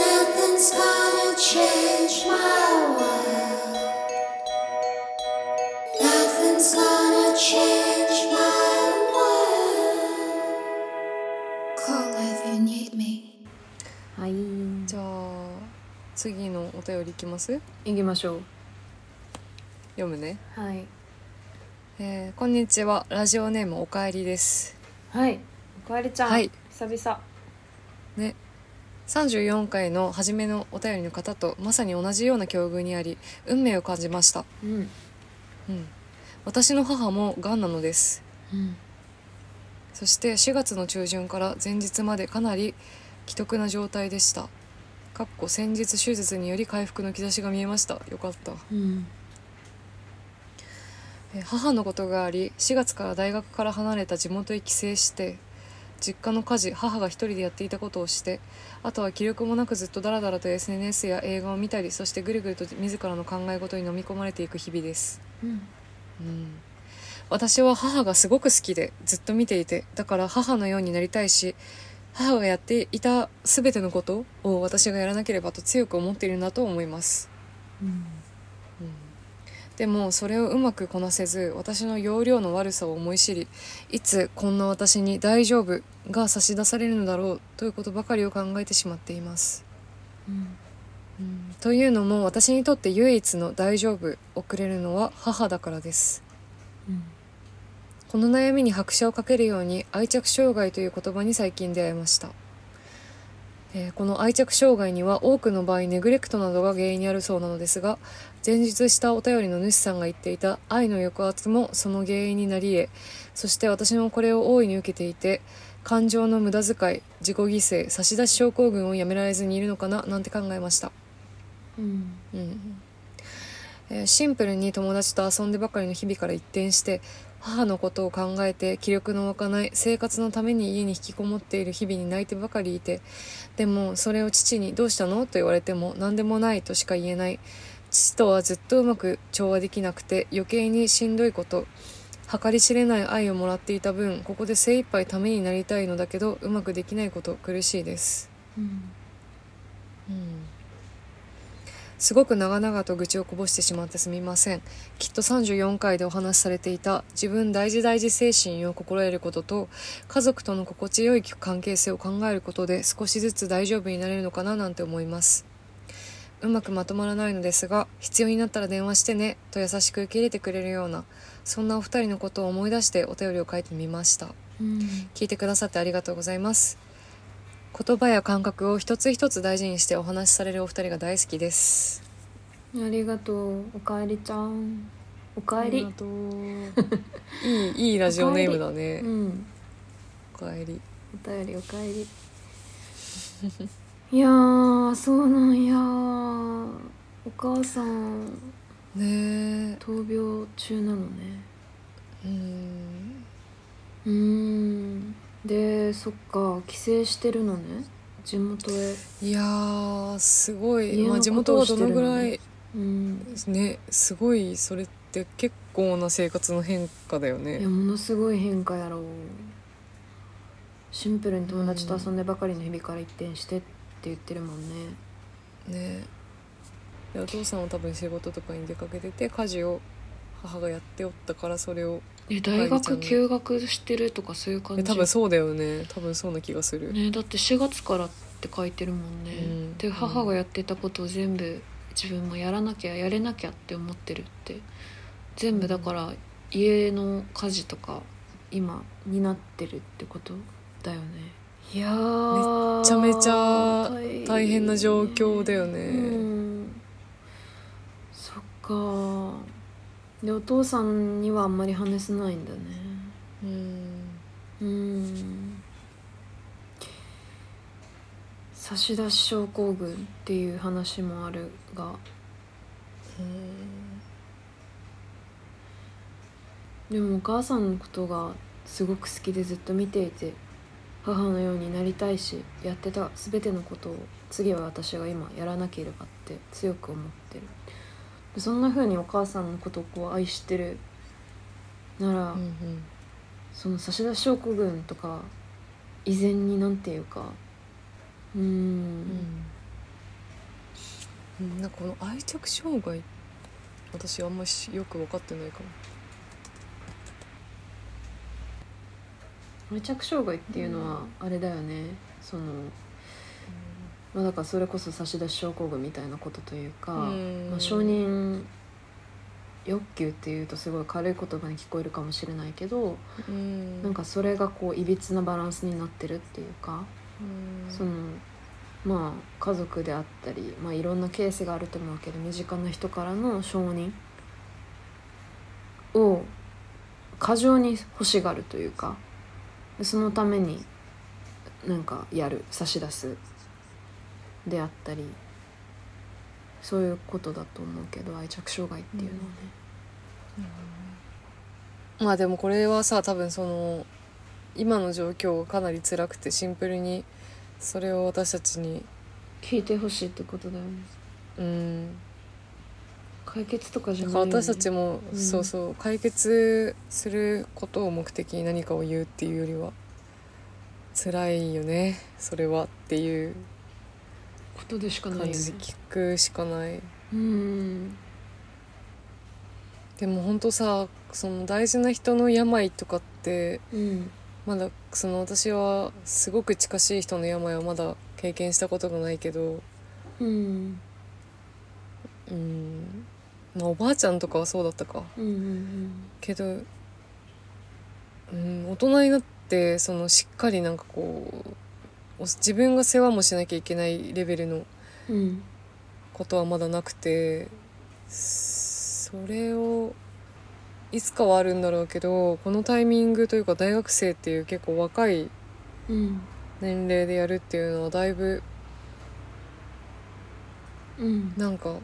Nothing's gonna change my world. Nothing's gonna change my world. Call if you need me. はい行じゃあ次のお便りいきますきましょう読むね、はいえーこんにちはラジオネームおかえりですはいおかえりちゃん、はい久々ね34回の初めのお便りの方とまさに同じような境遇にあり運命を感じました、うんうん、私の母もがんなのですうんそして4月の中旬から前日までかなり危篤な状態でしたかっこ先日手術により回復の兆しが見えましたよかったうんえー母のことがあり4月から大学から離れた地元へ帰省して実家の家事母が一人でやっていたことをしてあとは気力もなくずっとダラダラと SNS や映画を見たりそしてぐるぐると自らの考え事に飲み込まれていく日々です、うんうん、私は母がすごく好きでずっと見ていてだから母のようになりたいし母がやっていた全てのことを私がやらなければと強く思っているなと思いますうんでもそれをうまくこなせず私の容量の悪さを思い知りいつこんな私に「大丈夫」が差し出されるのだろうということばかりを考えてしまっています。うんうんというのも私にとって唯一の「大丈夫」をくれるのは母だからです。うんこの悩みに拍車をかけるように愛着障害という言葉に最近出会いました、えーこの愛着障害には多くの場合ネグレクトなどが原因にあるそうなのですが前述したお便りの主さんが言っていた愛の抑圧もその原因になり得そして私もこれを大いに受けていて感情の無駄遣い自己犠牲差し出し症候群をやめられずにいるのかななんて考えましたうんうんえーシンプルに友達と遊んでばかりの日々から一転して母のことを考えて気力の湧かない生活のために家に引きこもっている日々に泣いてばかりいてでもそれを父に「どうしたの?」と言われても何でもないとしか言えない父とはずっとうまく調和できなくて余計にしんどいこと計り知れない愛をもらっていた分ここで精一杯ためになりたいのだけどうまくできないこと苦しいですうんうんすごく長々と愚痴をこぼしてしまってすみませんきっと34回でお話しされていた自分大事大事精神を心得ることと家族との心地よい関係性を考えることで少しずつ大丈夫になれるのかななんて思いますうまくまとまらないのですが必要になったら電話してねと優しく受け入れてくれるようなそんなお二人のことを思い出してお便りを書いてみましたうん聞いてくださってありがとうございます言葉や感覚を一つ一つ大事にしてお話しされるお二人が大好きですありがとうおかえりちゃんおかえりとういいいいラジオネームだねうんおかえりお便りおかえ りいやーそうなんやーお母さんねえ闘病中なのねうんうーんでそっか帰省してるのね地元へいやーすごい、家まあ、の地こと元はをしどてるののねぐらいうんねすごいそれって結構な生活の変化だよいやねものすごい変化やろうシンプルに友達と遊んでばかりの日々から一転してって言ってるもんねねでお父さんは多分仕事とかに出かけてて家事を母がやっておったからそれをえ大学休学してるとかそういう感え多分そうだよね多分そうな気がする、ねだって4月からって書いてるもんね、うんで母がやってたことを全部自分もやらなきゃやれなきゃって思ってるって全部だから家の家事とか今になってるってことだよねいやーめちゃめちゃ大変な状況だよねうんそっかでお父さんにはあんまり話せないんだねうんうん差し出し症候群っていう話もあるがうんでもお母さんのことがすごく好きでずっと見ていて母のようになりたいしやってた全てのことを次は私が今やらなければって強く思ってるでそんな風にお母さんのことをこう愛してるなら、うんその差出症候群とか以前になんていうかうーんうんうんなんかこの愛着障害私あんましよく分かってないかも愛着障害っていうのはあれだよね、そのまあだからそれこそ差し出し症候群みたいなことというか、うんまあ、承認欲求っていうとすごい軽い言葉に聞こえるかもしれないけど、うんなんかそれがこういびつなバランスになってるっていうか、うんそのまあ家族であったり、まあ、いろんなケースがあると思うけど身近な人からの承認を過剰に欲しがるというかそのためになんかやる差し出すであったりそういうことだと思うけど愛着障害っていうのはね。まあでもこれはさ多分その今の状況がかなり辛くてシンプルにそれを私たちに聞いてほしいってことだよねうん解決とかじゃないだかよらね私たちも、うんそうそう解決することを目的に何かを言うっていうよりは辛いよねそれはっていうことでしかないよ感ねじで聞くしかないうんでも本当さその大事な人の病とかってうんまだその私はすごく近しい人の病はまだ経験したことがないけどうんうんまあおばあちゃんとかはそうだったかうんうんけど、うん、大人になってそのしっかりなんかこうお自分が世話もしなきゃいけないレベルのうんうんことはまだなくてそれをいつかはあるんだろうけどこのタイミングというか大学生っていう結構若いうん年齢でやるっていうのはだいぶうんなんか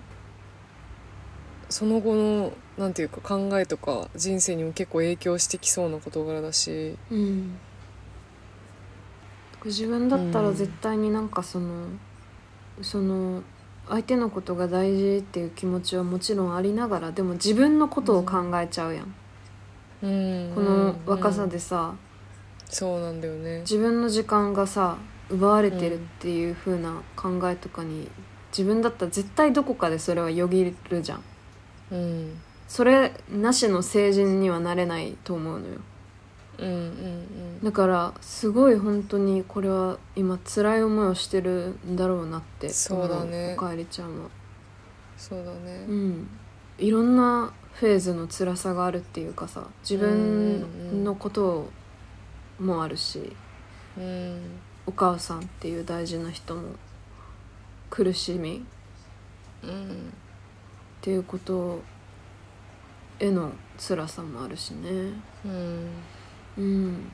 その後のなんていうか考えとか人生にも結構影響してきそうな事柄だしうん自分だったら絶対になんかその、その相手のことが大事っていう気持ちはもちろんありながらでも自分のことを考えちゃうやん、うんこの若さうんでさ、そうなんだよね自分の時間がさ奪われてるっていう風な考えとかに自分だったら絶対どこかでそれはよぎるじゃんうんそれなしの成人にはなれないと思うのようんうんだからすごい本当にこれは今辛い思いをしてるんだろうなってそうだね思うおかえりちゃんはそうだねうんいろんなフェーズの辛さがあるっていうかさ自分のこともあるしうんお母さんっていう大事な人の苦しみうんっていうことへの辛さもあるしねうんうん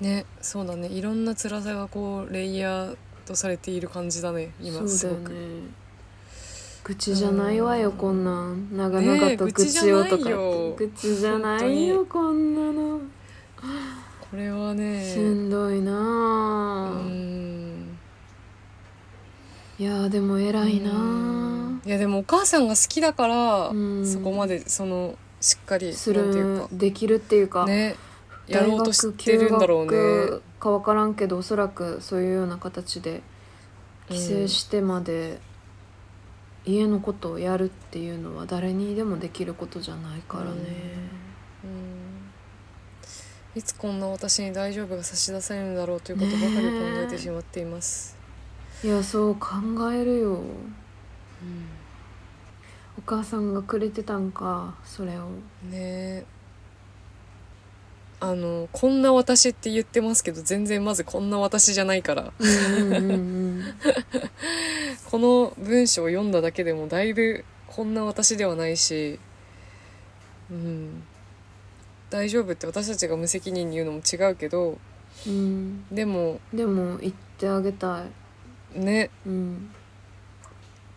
ねそうだねいろんな辛さがこうレイヤーとされている感じだね今すそうごだよく、ね愚痴じゃないわようんこんなん長々とねえ愚痴をと愚痴かじゃないよ愚痴じゃないよこんなのこれはねしんどいなうあ、んいやあでも偉いなうんあいやでもお母さんが好きだから、うんそこまでそのしっかりすなんていうるかできるっていうか、ねや大ろうと学してるんだろう休ね学か分からんけどおそらくそういうような形で帰省してまで家のことをやるっていうのは誰にでもできることじゃないからね、うん、いつこんな私に大丈夫が差し出されるんだろうということばかり考えてしまっています、いやそう考えるようんお母さんがくれてたんかそれをねえあの「こんな私」って言ってますけど全然まずこんな私じゃないからうんうんうんこの文章を読んだだけでもだいぶこんな私ではないしうん大丈夫って私たちが無責任に言うのも違うけどうんでもうんでも言ってあげたいねうん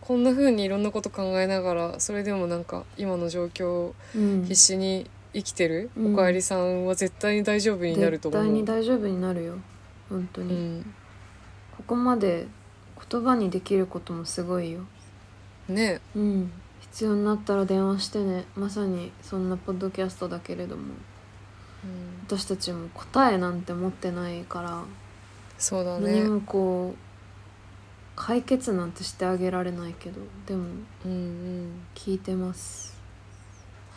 こんな風にいろんなこと考えながらそれでもなんか今の状況をうん必死に生きてる、うんおかえりさんは絶対に大丈夫になると絶思う対に大丈夫になるよ本当うに、んここまで言葉にできることもすごいよねうん必要になったら電話してねまさにそんなポッドキャストだけれどもうん私たちも答えなんて持ってないから、そうだ何ねもこう解決なんてしてあげられないけどでもうん聞いてます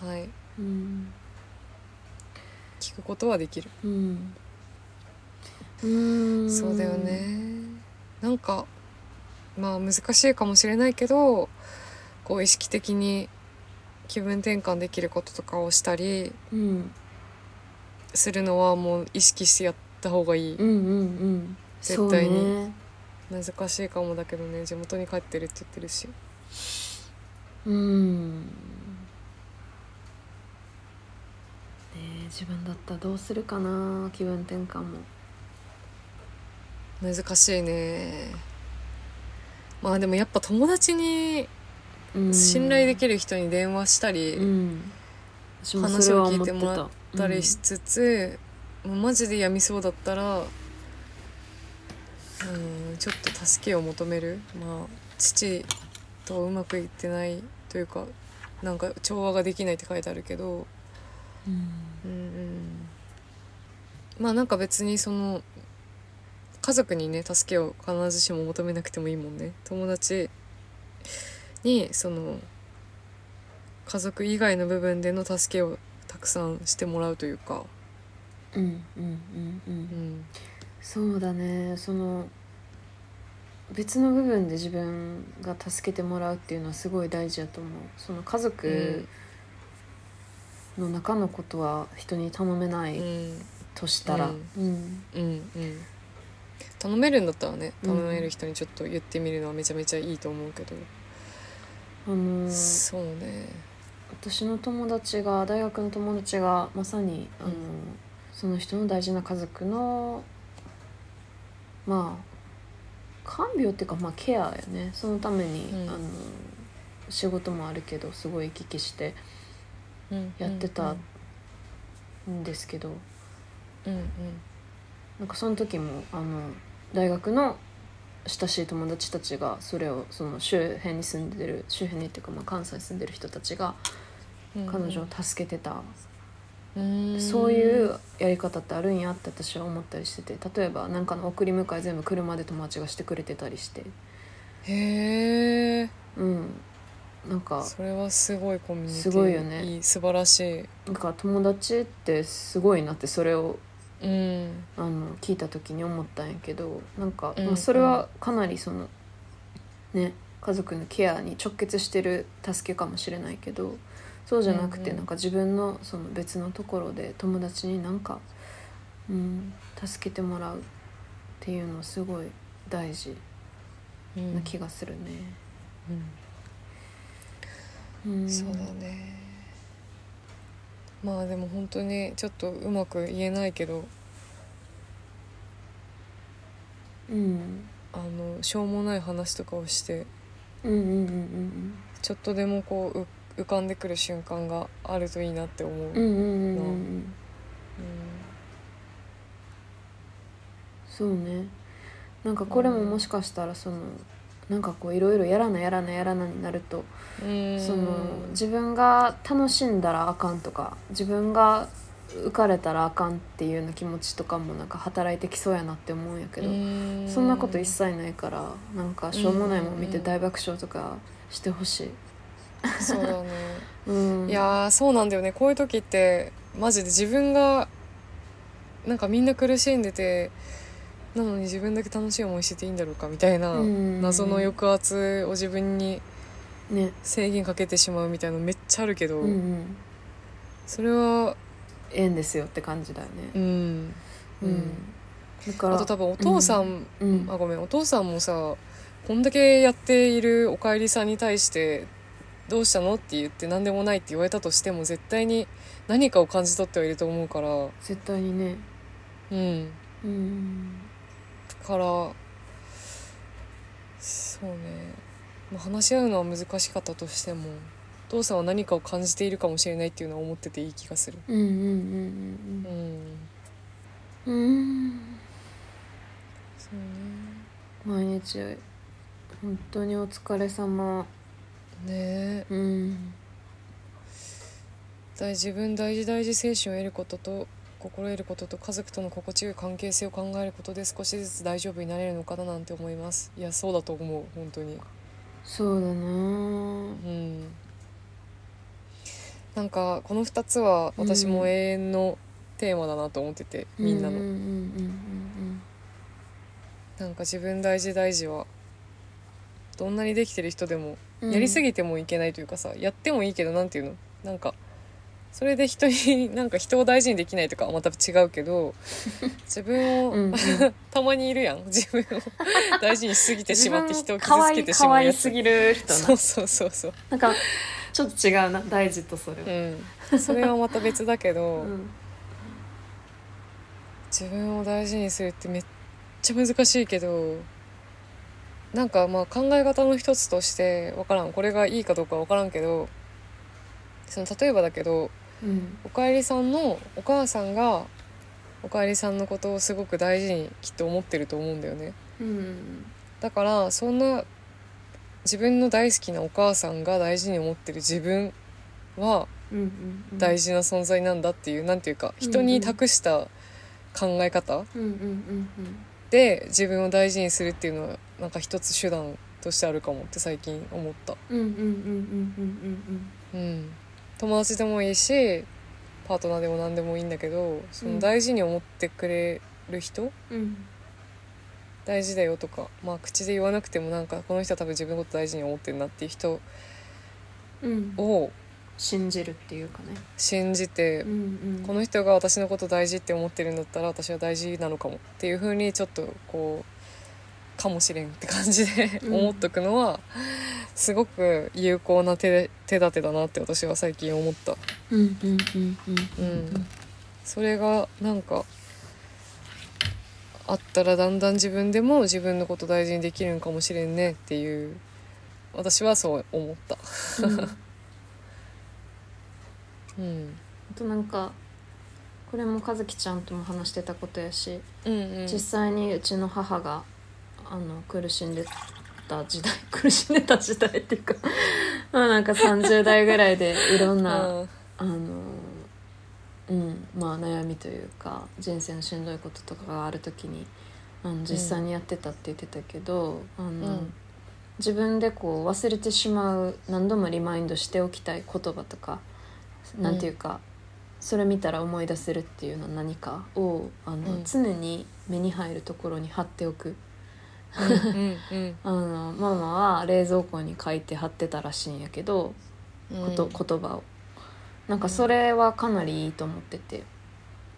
うんはいうん聞くことはできるうんうーんそうだよねなんかまあ難しいかもしれないけどこう意識的に気分転換できることとかをしたりうんするのはもう意識してやった方がいいうんうんうん絶対にそうね難しいかもだけどね地元に帰ってるって言ってるしうんねえ自分だったらどうするかな気分転換も難しいねまあでもやっぱ友達にうん信頼できる人に電話したり、うん私もそれは思ってた話を聞いてもらったりしつつ、もうマジでやみそうだったらうんちょっと助けを求めるまあ父とうまくいってないというかなんか調和ができないって書いてあるけど、うんうんうん、まあなんか別にその家族にね助けを必ずしも求めなくてもいいもんね友達にその家族以外の部分での助けをたくさんしてもらうというか、うんうんうんうんうんうん、そうだねその別の部分で自分が助けてもらうっていうのはすごい大事だと思うその家族の中のことは人に頼めなういんとしたら、うんうんうんうん頼めるんだったらね頼める人にちょっと言ってみるのはめちゃめちゃいいと思うけど、あのーそうね私の友達が大学の友達がまさにあのー、うんその人の大事な家族のまあ看病っていうか、まあ、ケアやねそのために、うんあのー仕事もあるけどすごい行き来してやってたんですけどうんなんかその時もあの大学の親しい友達たちがそれをその周辺に住んでる周辺にっていうかまあ関西に住んでる人たちがうんうん彼女を助けてた、うんそういうやり方ってあるんやって私は思ったりしてて例えばなんかの送り迎え全部車で友達がしてくれてたりしてへえうんなんかそれはすごいコミュニティすごいよねいい素晴らしなんか友達ってすごいなってそれをいうんあの聞いた時に思ったんやけどなんか、うんまあ、それはかなりそのね家族のケアに直結してる助けかもしれないけどそうじゃなくて、うんうんなんか自分のその別のところで友達になんか、うん、助けてもらうっていうのはすごい大事うんな気がするね。うんうん、そうだねまあでも本当にちょっとうまく言えないけどうんあのしょうもない話とかをしてうんうんうんちょっとでもこうう浮かんでくる瞬間があるといいなって思う、うんうんうんうんうんうんそうねなんかこれももしかしたらそのなんかこういろいろやらなやらなやらなになるとうんその自分が楽しんだらあかんとか自分が浮かれたらあかんっていうような気持ちとかもなんか働いてきそうやなって思うんやけどうんそんなこと一切ないからなんかしょうもないもん見て大爆笑とかしてほしい。そうだねうん、いやーそうなんだよねこういう時ってマジで自分がなんかみんな苦しんでてなのに自分だけ楽しい思いしてていいんだろうかみたいなうん謎の抑圧を自分にね、制限かけてしまうみたいなのめっちゃあるけど、うんうん、それはええんですよって感じだようね。ん、うんだからあと多分お父さん、うんあごめんお父さんもさこんだけやっているおかえりさんに対して「どうしたの?」って言って何でもないって言われたとしても絶対に何かを感じ取ってはいると思うから絶対にね、うんうん、からそうね、まあ、話し合うのは難しかったとしてもお父さんは何かを感じているかもしれないっていうのは思ってていい気がするうんうんうんうんうんうんうーんそう毎日本当にお疲れ様ねねえうん大自分大事大事精神を得ることと心得ることと家族との心地よい関係性を考えることで少しずつ大丈夫になれるのかななんて思いますいやそうだと思う本当にそうだねうんなんかこの2つは私うもん永遠のテーマだなと思ってて、みんなの、うんうんうんなんか自分大事大事はどんなにできてる人でもうんうんやりすぎてもいけないというかさ、やってもいいけどなんていうのなんかそれで人に なんか人を大事にできないとかはまた違う けど自分を、うんうんたまにいるやん自分 を大事にしすぎてしまって人を自分傷つけてしまうやつ可愛い可愛すぎる人そなうそうそうそうなんかちょっと違うな大事とそれは、うんそれはまた別だけう ど、ん自分を大事にするってめっちゃ難しいけどなんかまあ考え方の一つとして分からんこれがいいかどうか分からんけどその例えばだけどうんおかえりさんのお母さんがおかえりさんのことをすごく大事にきっと思ってると思うんだよねうんだからそんな自分の大好きなお母さんが大事に思ってる自分はうんうんうん大事な存在なんだっていうなんていうか人に託した考え方、うんうんうんで自分を大事にするっていうのはなんか一つ手段としてあるかもって最近思った、うんうんうんうんうんうん、友達でもいいしパートナーでも何でもいいんだけどその大事に思ってくれる人、うんうんうん大事だよとか、まあ、口で言わなくてもなんかこの人は多分自分のこと大事に思ってるなっていう人うんうんを信じるっていうかね信じてう、んうんこの人が私のこと大事って思ってるんだったら私は大事なのかもっていう風にちょっとこうかもしれんって感じでうん思っとくのはすごく有効な手手立てだなって私は最近思った。うんうんうんううんん、それがなんかあったらだんだん自分でも自分のこと大事にできるんかもしれんねっていう私はそう思った。うんうんうん、あとなんかこれも和樹ちゃんとも話してたことやし、うんうん実際にうちの母があの苦しんでた時代苦しんでた時代っていうかまあなんか30代ぐらいでいろんな、うんあのうんまあ悩みというか人生のしんどいこととかがある時にあの実際にやってたって言ってたけど、あのうん自分でこう忘れてしまう何度もリマインドしておきたい言葉とかなんていうか、それ見たら思い出せるっていうのは何かをあの、うん常に目に入るところに貼っておく。うんうんあのママは冷蔵庫に書いて貼ってたらしいんやけどうんこと、言葉をなんかそれはかなりいいと思ってて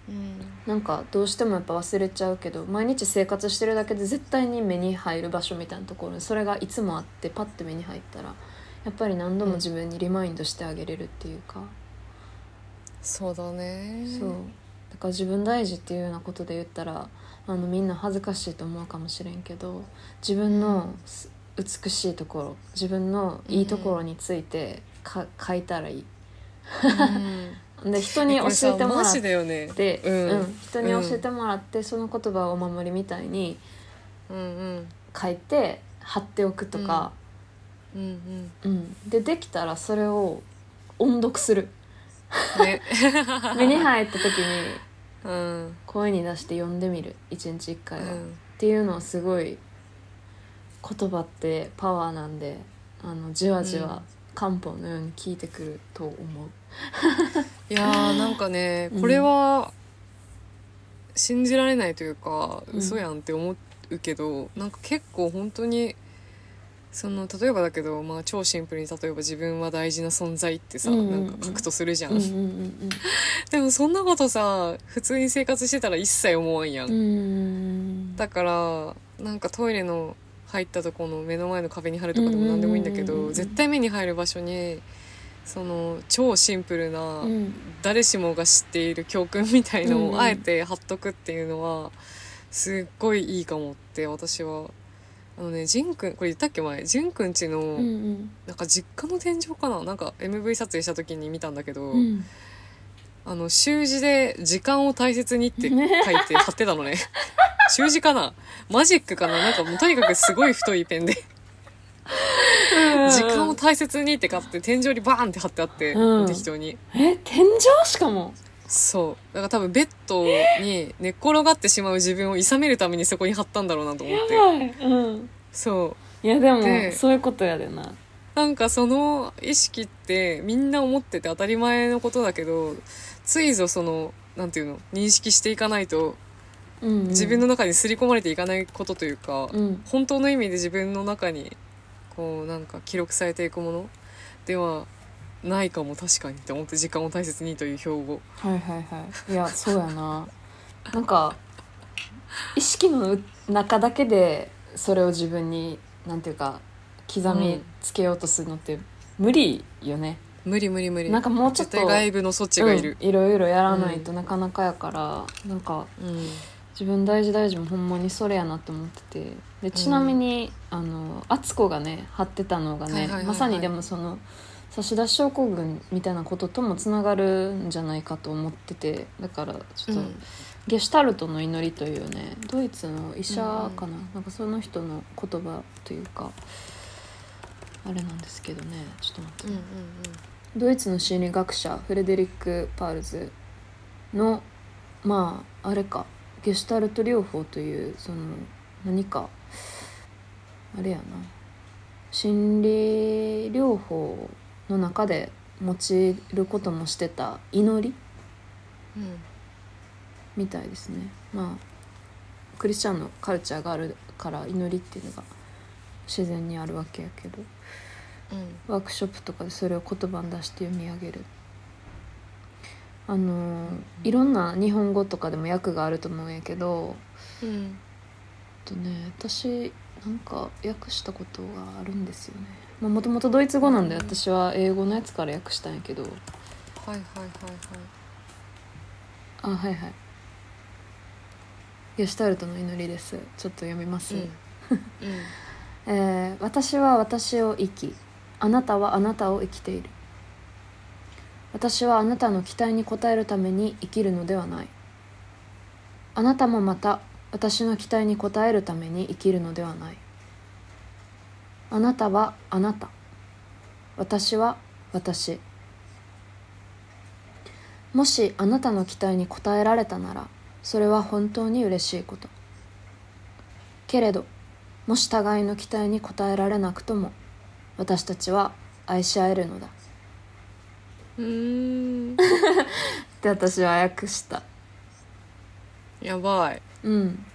うんなんかどうしてもやっぱ忘れちゃうけど毎日生活してるだけで絶対に目に入る場所みたいなところにそれがいつもあってパッと目に入ったらやっぱり何度も自分にリマインドしてあげれるっていうか、そうだねそうだから自分大事っていうようなことで言ったらあのみんな恥ずかしいと思うかもしれんけど自分のす美しいところ自分のいいところについてか書いたらいい。うんで人に教えてもこれさらマっジだよねで、ううんん人に教えてもらって、その言葉をお守りみたいにうんうん書いて貼っておくとか、うんうんうんでできたらそれを音読す るね目に入った時にうん声に出して読んでみる一日一う回は、っんていうのはすごい言葉ってパワーなんであのじわじわ漢方のように効いてくると思う。いやーなんかねうんこれは信じられないというかうん嘘やんって思うけどなんか結構本当にその例えばだけど、まあ、超シンプルに例えば自分は大事な存在ってさ、うんうんうんなんか書くとするじゃん、うんうんでもそんなことさ普通に生活してたら一切思わんやんうんうんうんだからなんかトイレの入ったとこの目の前の壁に貼るとかでもうんうんうんうん何でもいいんだけど絶対目に入る場所にその超シンプルなうん誰しもが知っている教訓みたいのうんうんをあえて貼っとくっていうのはすっごいいいかもって私は。あのね、ジンくん、これ言ったっけ前、ジンくんちうの、んなんか実家の天井かななんか MV 撮影した時に見たんだけど、うんあの、習字で時間を大切にって書いて貼ってたの ね。習字かなマジックかななんかもうとにかくすごい太いペンで。時間を大切にって買って天井にバーンって貼ってあって、うん適当に。え天井しかもそうだから多分ベッドに寝っ転がってしまう自分を諌めるためにそこに貼ったんだろうなと思ってはいうんそういやでもでそういうことやでななんかその意識ってみんな思ってて当たり前のことだけどついぞそのなんていうの認識していかないとうんうん自分の中に刷り込まれていかないことというか、うん本当の意味で自分の中にこうなんか記録されていくものではないかも確かにって思って時間を大切にという標語はいはいはいいやそうやななんか意識の中だけでそれを自分になんていうか刻みつけようとするのって無理よね、無理無理無理なんかもうちょっと絶対外部の措置がいる、うんいろいろやらないとなかなかやから、なんかうん自分大事大事もほんまにそれやなって思っててでちなみに、あの敦子がね貼ってたのがね、はいはいはいはいまさにでもその差出症候群みたいなことともつながるんじゃないかと思っててだからちょっと、うんゲシュタルトの祈りというねドイツの医者かな、なんかその人の言葉というかあれなんですけどねちょっと待ってうんうんドイツの心理学者フレデリック・パールズのまああれかゲシュタルト療法というその何かあれやな心理療法の中で用いることもしてた祈りうんうんみたいですねまあクリスチャンのカルチャーがあるから祈りっていうのが自然にあるわけやけどうんワークショップとかでそれを言葉に出して読み上げるあのーいろんな日本語とかでも訳があると思うんやけどうんえっとね私なんか訳したことがあるんですよねまあもともとドイツ語なんで私は英語のやつから訳したんやけどはいはいはいはいあはいはいゲシュタルトの祈りですちょっと読みます、うんうんえー私は私を生きあなたはあなたを生きている私はあなたの期待に応えるために生きるのではないあなたもまた私の期待に応えるために生きるのではないあなたはあなた私は私もしあなたの期待に応えられたならそれは本当に嬉しいことけれどもし互いの期待に応えられなくとも私たちは愛し合えるのだっうーんて私は訳したやばいうん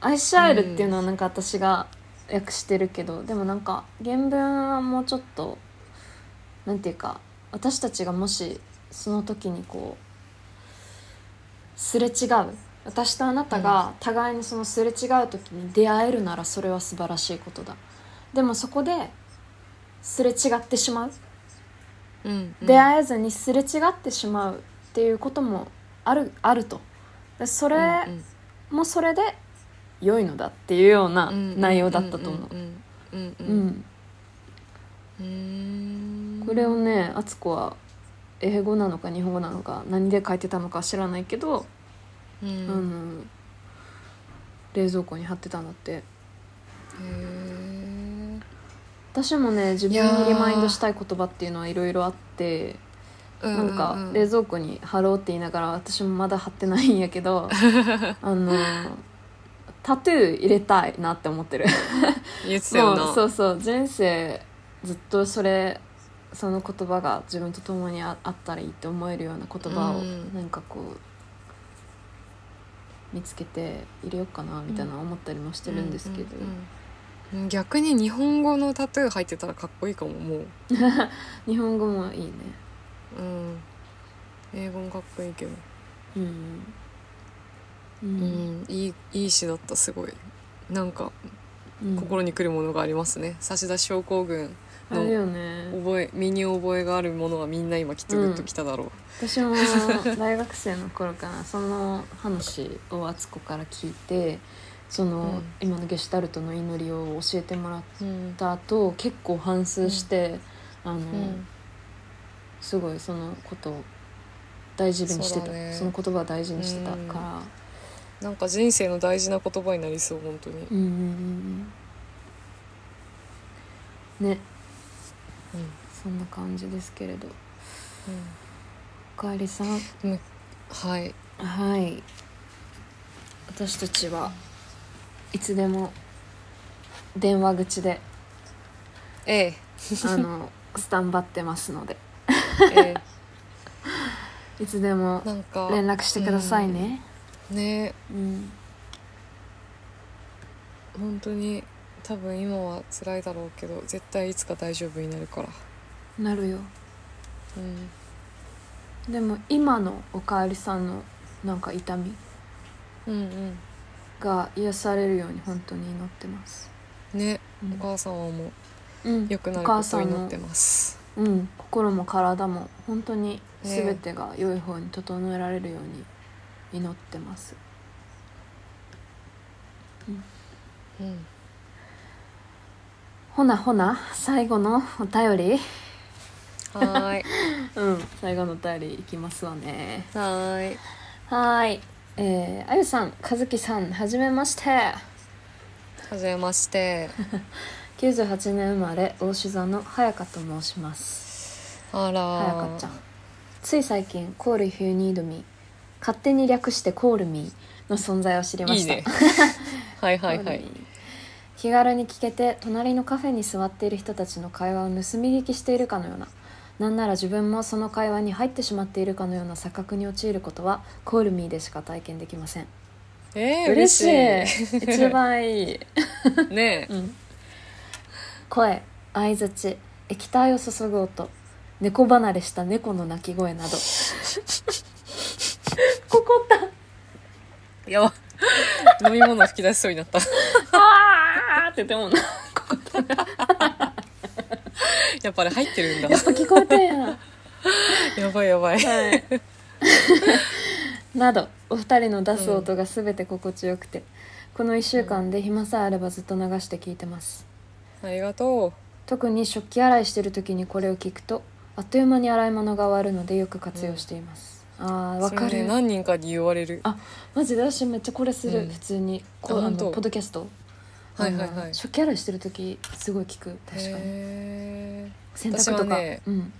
愛し合えるっていうのはなんか私が訳してるけど、でもなんか原文はもうちょっとなんていうか私たちがもしその時にこうすれ違う私とあなたが互いにそのすれ違う時に出会えるならそれは素晴らしいことだでもそこですれ違ってしまううんうん出会えずにすれ違ってしまうっていうこともあるあるとでそれうんもそれで良いのだっていうようなうん内容だったと思う。うんううんうんん、うんうんこれをね敦子は英語なのか日本語なのか何で書いてたのか知らないけど、うあんの冷蔵庫に貼ってたんだってへ私もね自分いやーにリマインドしたい言葉っていうのはいろいろあってえなんか冷蔵庫に貼ろうって言いながら私もまだ貼ってないんやけ どあのタトゥー入れたいなって思ってる言ってたよもなうそうそう人生ずっとそれその言葉が自分と共にああったらいいって思えるような言葉をうんなんかこう見つけて入れようかなみたいな思ったりもしてるんですけどうんうんうん逆に日本語のタトゥー入ってたらかっこいいかももう日本語もいいねうん英語もかっこいいけどうんううんんいいいい詩だったすごいなんかうん心にくるものがありますね差出症候群あるよね覚え身に覚えがあるものはみんな今きっとグッときただろう、私も大学生の頃からその話を敦子から聞いてその、うん今のゲシュタルトの祈りを教えてもらっうんた後結構反芻して、あのすごいそのことを大事にしてたそうそ,、だねの言葉を大事にしてたから、なんか人生の大事な言葉になりそう本当に、うん、うんうんうんねそんな感じですけれどおかえりさんでもはいはい私たちはいつでも電話口 でええあのスタンバってますのでえいつでもえなんか連絡してくださいねねうん本当に多分今は辛いだろうけど絶対いつか大丈夫になるからなるようんでも今のおかえりさんのなんか痛みうんが癒されるように本当に祈ってます、うんねうおん母さんはもううん良くなおるこ母とさにんなっのてますうん、心も体も本当に全てが良い方に整えられるように祈ってます、うん ほなほな最後のお便りはーいうん最後のお便りいきますわねはーいはーいえー、あゆさんかずきさんはじめましてはじめま して98年生まれ大志座の早香と申しますあ早ら香ちゃんつい最近「Call if you need me」勝手に略して「Call me」の存在を知りまいいした ねはいはいはい気軽に聞けて隣のカフェに座っている人たちの会話を盗み聞きしているかのようななんなら自分もその会話に入ってしまっているかのような錯覚に陥ることはコールミーでしか体験できませんえー、嬉しい嬉し一番いい、いねえうん、声相づち液体を注ぐ音猫離れした猫の鳴き声などここったやば飲み物吹き出しそうになった あーって言ってもなやっぱり入っ てるんだやっぱ聞こえてんやんやばいやばいはい、などお二人の出す音が全て心地よくて、この1週間で暇さえあればずっと流して聞いてますありがと特に食器洗いしてる時にこれを聞くとあっという間に洗い物が終わるのでよく活用しています、あーうわかそれる、ね何人かに言われるあマジで私めっちゃこれする、うん普通にこあうあ本当のポッドキャストはいはいはいあの食器洗いしてる時すごい聞く確かにへー洗濯と私か、はねうん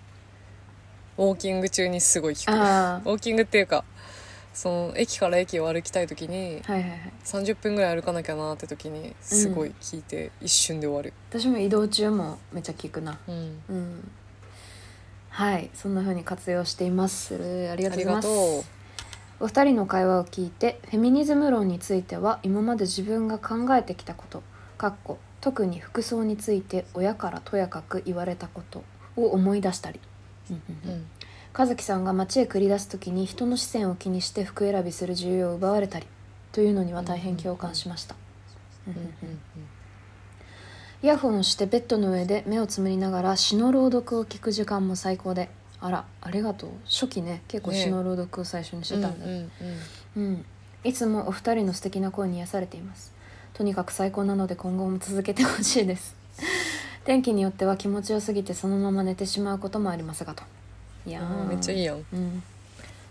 ウォーキング中にすごい聞くああウォーキングっていうかその駅から駅を歩きたい時にはいはいはい30分ぐらい歩かなきゃなって時にすごい聞いて一瞬で終わる、私も移動中もめっちゃ聞くなうんうんはいそんな風に活用していますありがあとうごりざいがますとお二人の会話を聞いてフェミニズム論については今まで自分が考えてきたことかっこ特に服装について親からとやかく言われたことを思い出したり、う、うん、和樹さんが街へ繰り出す時に人の視線を気にして服選びする自由を奪われたりというのには大変共感しました、うんうんうんイヤホンをしてベッドの上で目をつむりながら詩の朗読を聞く時間も最高であらありがとう初期ね結構詩の朗読を最初にしてたんだ、うんうんうんうんいつもお二人の素敵な声に癒されていますとにかく最高なので今後も続けてほしいです 天気によっては気持ちよすぎてそのまま寝てしまうこともありますがといやーあーめっちゃいいやんうん、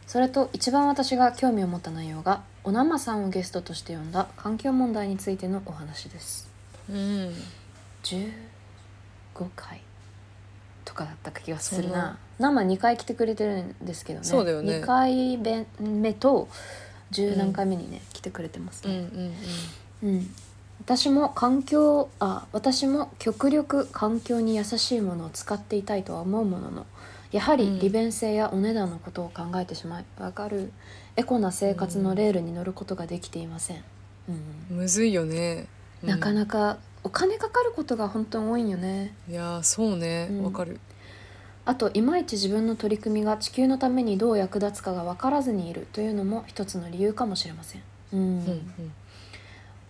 それと一番私が興味を持った内容がおなまさんをゲストとして呼んだ環境問題についてのお話ですうん15回とかだった気がすそるんなな生2回来てくれてるんですけどねそうだよね2回目目と十何回目にね、来てくれてますうんうんね、うんうん私も環境あ私も極力環境に優しいものを使っていたいとは思うもののやはうんり利便性やお値段のことを考えてしまいわかるエコな生活のレールに乗ることができていません、うんむずいよね、うんなかなかお金かかることが本当に多いんよねいやーそうねうんわ、かるあといまいち自分の取り組みが地球のためにどう役立つかが分からずにいるというのも一つの理由かもしれません、うんうんうん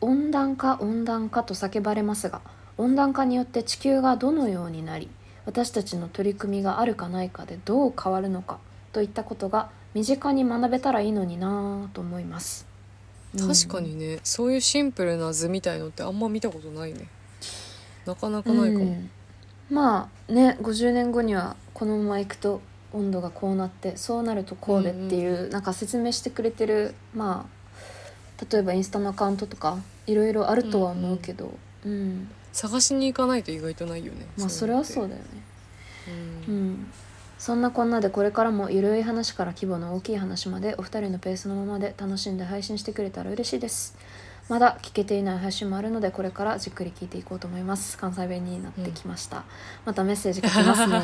温暖化温暖化と叫ばれますが温暖化によって地球がどのようになり私たちの取り組みがあるかないかでどう変わるのかといったことが身近に学べたらいいのになぁと思います確かにね、そういうシンプルな図みたいのってあんま見たことないねなかなかないかも、うんまあね50年後にはこのままいくと温度がこうなってそうなるとこうでっていう、なんか説明してくれてるまあ例えばインスタのアカウントとかいろいろあるとは思うけど、うん探しに行かないと意外とないよねまあそれはそううだよね、いうのって、ううんん、そんなこんなでこれからもゆるい話から規模の大きい話までお二人のペースのままで楽しんで配信してくれたら嬉しいですまだ聞けていない配信もあるのでこれからじっくり聞いていこうと思います関西弁になってきました、またメッセージ書きますね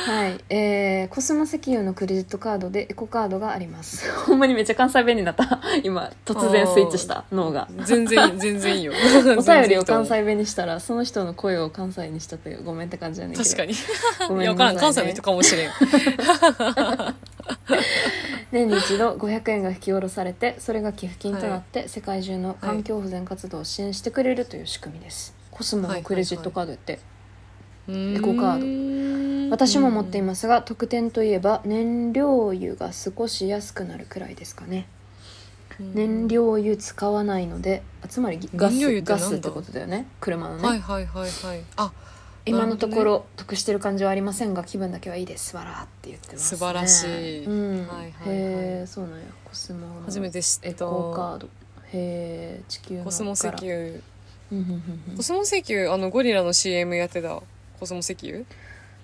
はいえー、コスモ石油のクレジットカードでエコカードがありますほんまにめっちゃ関西弁になった今突然スイッチした脳が全然いい全然いいよ お便りを関全然いい西弁にしたらその人の声を関西にしたってごめんって感じやねんとけ思うど確かにごいめやん分からなんさいね関西の人かもしれん年に一度500円が引き下ろされてそれが寄付金となって、世界中の環境保全活動を支援してくれるという仕組みです、コスモのクレジットカードって、エコカー私も持っていまますが特典といえば燃料油が少し安くなるくらいですかねす燃料油使わないのであつまりガス燃料油ってガなんだスってことだよね車のね、はいはいはいはいあ今のところ得してる感じはありませんが気分だけはいいですわらって言ってます、ね、素晴らしいうんはいはいはいへえそうなんやコスモの初めて知エっコーカたードへえ地球のコスモ石から油うんうんうんうんコスモ石油あのゴリラの CM やってたコスモ石油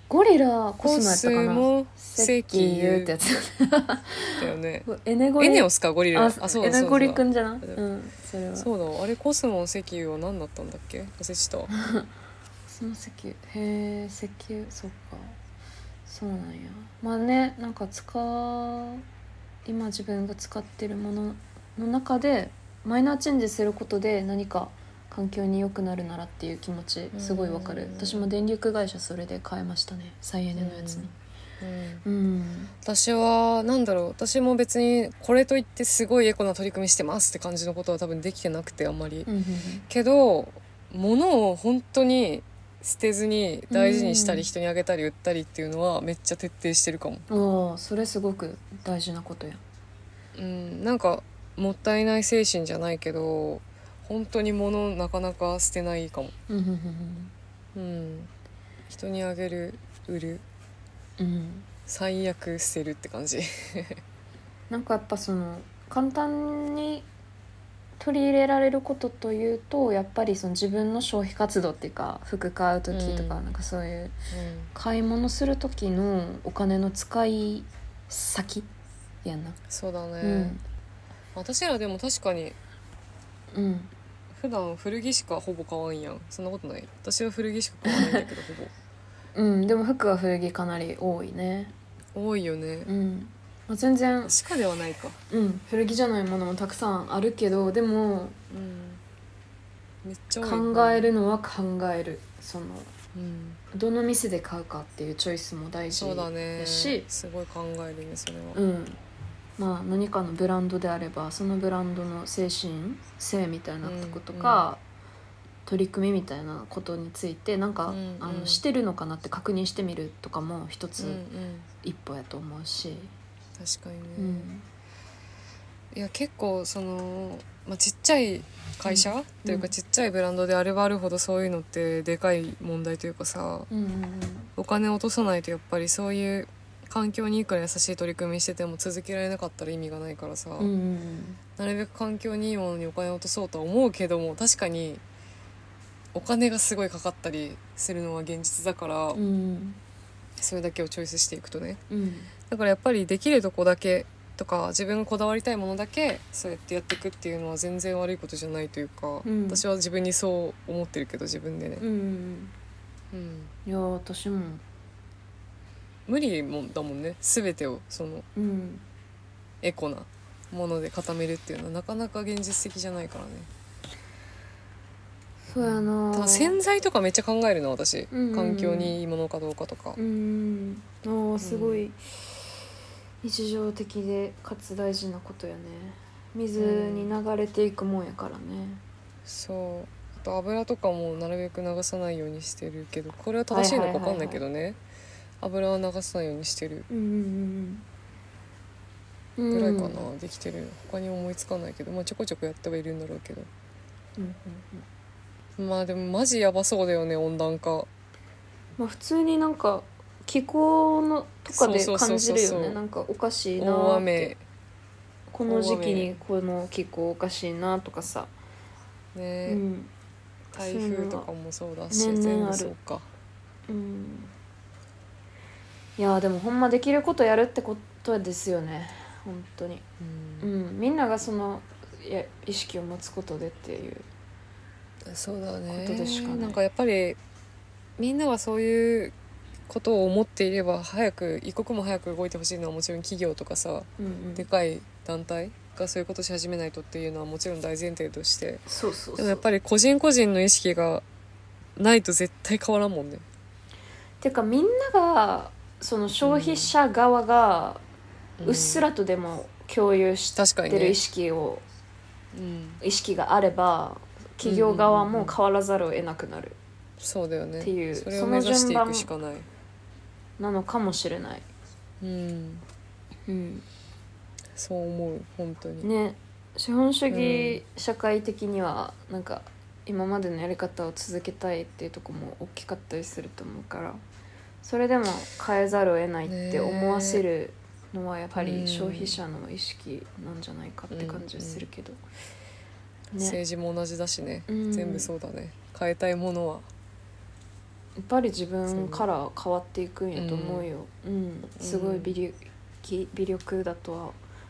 ゴリラココスモやったスかなモ石油油ってやつ だよねエネゴリエネオスかゴリラああそうエだネそゴうリくだんじゃないうんそれはコそうだあれコスモ石油は何だったんだっけ忘れちゃったスモ石油へえ石油そっかそうなんやまあねなんか使う今自分が使ってるものの中でマイナーチェンジすることで何か環境に良くなるならっていう気持ちすごいわかるうん私も電力会社それで変えましたね再エネのやつにうんうん私はなんだろう私も別にこれといってすごいエコな取り組みしてますって感じのことは多分できてなくてあんまりうんうんけど物を本当に捨てずに大事にしたうんり人にあげたり売ったりっていうのはめっちゃ徹底してるかも、うんああそれすごく大事なことやうん、なんかもったいない精神じゃないけど本当に物なかなか捨てないかも、うんうんうんうん、人にあげる売るうんうん最悪捨てるって感じなんかやっぱその簡単に取り入れられることというとやっぱりその自分の消費活動っていうか服買う時とか、うんなんかそういう買い物する時のお金の使い先やな、そうだね、うん私らでも確かにうん普段古着しかほぼ買わんやんそんなことない私は古着しか買わないんだ けどほうん、でも服は古着かなり多いね、ぼ多いよねうんまあ、全然、しかではないかうん、古着じゃないものもたくさんあるけどでもめっちゃ多い考え、るのは考えるそのうん、どの店で買うかっていうチョイスも大事そうだねしすごい考えるねそれは、うんまあ、何かのブランドであればそのブランドの精神性みたいなとことか、取り組みみたいなことについてなんか、うんうんあのしてるのかなって確認してみるとかも一うんうつん一歩やと思うし。確かにね、うんいや結構その、まあ、ちっちゃい会社、うんといううかんちっちゃいブランドであればあるほどそういうのってでかい問題というかさうんうんお金落とさないとやっぱりそういう環境にいくら優しい取り組みしてても続けられなかったら意味がないからさ、うんうんうんなるべく環境にいいものにお金を落とそうとは思うけども確かにお金がすごいかかったりするのは現実だから、うんそれだけをチョイスしていくとねうんだからやっぱりできるとこだけとか自分がこだわりたいものだけそうやってやっていくっていうのは全然悪いことじゃないというか、うん私は自分にそう思ってるけど自分でねう、んうんうんいや私も、無理もんだもんね全てをそのうん、エコなもので固めるっていうのはなかなか現実的じゃないからねそうやなただ洗剤とかめっちゃ考えるの私、うんうんうん環境にいいものかどうかとか、うんあーすごい日常的でかつ大事なことやね水に流れていくもんやからねそうあと油とかもなるべく流さないようにしてるけどこれは正しいのか分かんないけどね、油は流さないようにしてるうんうんうんうんぐらいかな、できてる他に思いつかないけどまあちょこちょこやってはいるんだろうけどうんうんうんまあでもマジやばそうだよね温暖化まあ普通になんか気候のとかでそうそうそ感うそじうるよねなんかおかしいな大ーって雨この時期大に雨この気候おかしいなとかさ、ね、うん台風とかもそうだし年々全あ部るそうかうんいやーでもほんまできることやるってことですよね本当にうんうんみんながそのいや意識を持つことでっていうそうだねことでしかないんかやっぱりみんながそういうことを思っていれば早く一刻も早く動いてほしいのはもちろん企業とかさうんうんでかい団体がそういうことし始めないとっていうのはもちろん大前提としてそうそうそうでもやっぱり個人個人の意識がないと絶対変わらんもんねてかみんながその消費者側がうっすらとでも共有し確かにてるね意、識を、うん、意識があれば企業側も変わらざるを得なくなるそうだよねっていうそれを目指していくしかないなのかもしれない、うんうん、そう思う本当に、ね資本主義社会的にはなんか今までのやり方を続けたいっていうとこも大きかったりすると思うからそれでも変えざるを得ないって思わせるのはやっぱねりうん消費者の意識なんじゃないかって感じはするけど、ね、政治も同じだしね、うん全部そうだね変えたいものはやっぱり自分から変わっていくんやと思うよ、うんすごい微力微力だとは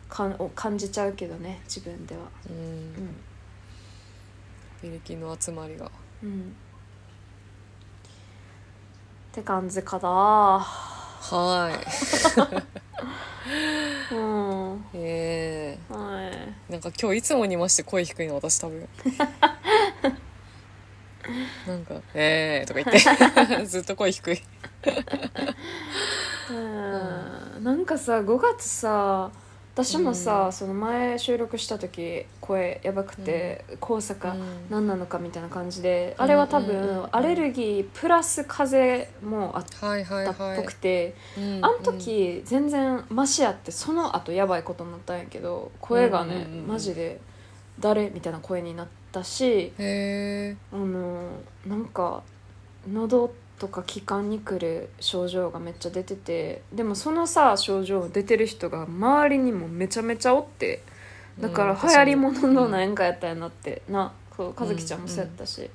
かんを感じちゃうけどね自分では。ううんん履歴の集まりがうんって感じかなはうんはいえー、なんか今日いつもにまして声低いの 私多分なんか「えー」とか 言ってずっと声低いいうんなんかさ5月さ私もさ、うんその前収録した時声やばくて、黄砂かうん何なのかみたいな感じで、うんあれは多うんうんう分んアレルギープラス風邪もあっはいはいたはっいぽくて、うんあの時全然マシやってその後やばいことになったんやけど声がね、うんうんうんマジで誰みたいな声になったしうんへえあのなんか喉とか気管に来る症状がめっちゃ出ててでもそのさ症状出てる人が周りにもめちゃめちゃおってだから流行りもののなんかやったんやなって、なそう和樹ちゃんもそうやったし、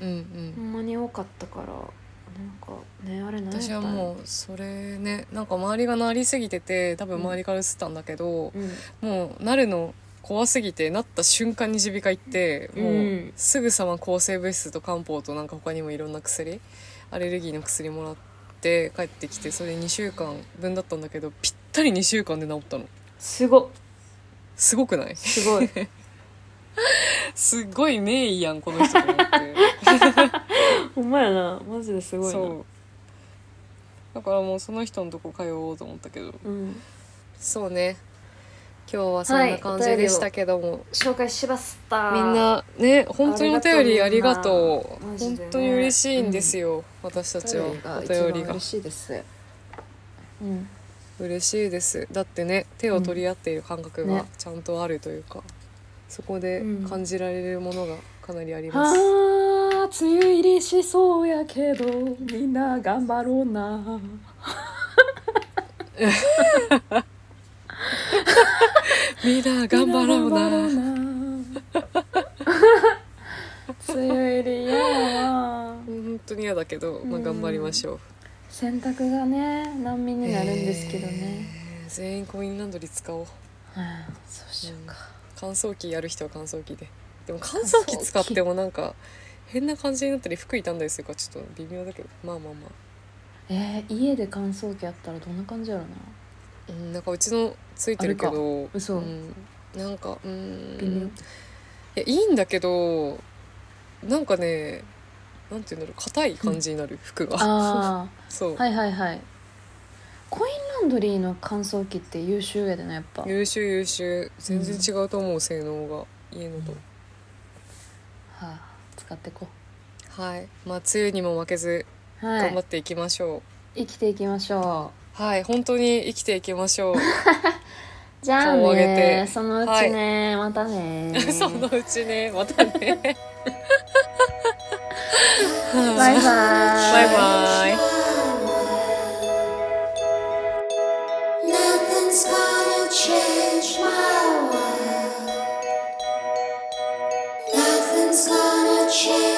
うんうんほんまに多かったからなんかねあれ何やったんや私はもうそれねなんか周りがなりすぎてて多分周りから映ったんだけど、うん、もうなるの怖すぎてなった瞬間に耳鼻科行ってもうんうすぐさま抗生物質と漢方となんか他にもいろんな薬アレルギーの薬もらって帰ってきてそれ2週間分だったんだけどぴったり2週間で治ったのすごっすごくないすご いすっごい名医やんこの人 と思って。ほんまやなマジですごいなそうだからもうその人のとこ通おうと思ったけどうん、そうね今日はそんな感じでしたけども、紹介しましたみんなね本当にお便りあありりががととううマジでね本当に嬉しいんですよ、私たちはお便りがしいですうん嬉しいですだってね手を取り合っている感覚うんねがちゃんとあるというか、そこでうん感じられるものがかなりあります、あー梅雨入りしそうやけどみんな頑張ろうなみんな頑張ろうなみんな 頑張ろうな梅雨入りやわ本当に嫌だけど、まあ、うん頑張りましょう、洗濯がね難民になるんですけどね、えー全員コインランドリー使おうはいそうしようか、乾燥機やる人は乾燥機ででも乾燥機使ってもなんか変な感じになったり服傷んだりするからちょっと微妙だけどまあまあまあえー、家で乾燥機あったらどんな感じやろなうん、なんかうちのついてるけあれど嘘ん、なんかうん微妙いやいいんだけどなんかねなんていうんだろう硬い感じになる服があそう、あはいはいはいコインランドリーの乾燥機って優秀やでなやっぱ優秀優秀全然違うと思う、性能が家のと、はあ、使ってこはいまあ梅雨にも負けずうは頑張いっていきましょう生きていきましょはい、本当に生きていきまし ょううじゃあ顔を上げねてそのうちね、またね そのうちね、またね。 バイバイ バイバイ。 Nothing's gonna change my world. Nothing's gonna change.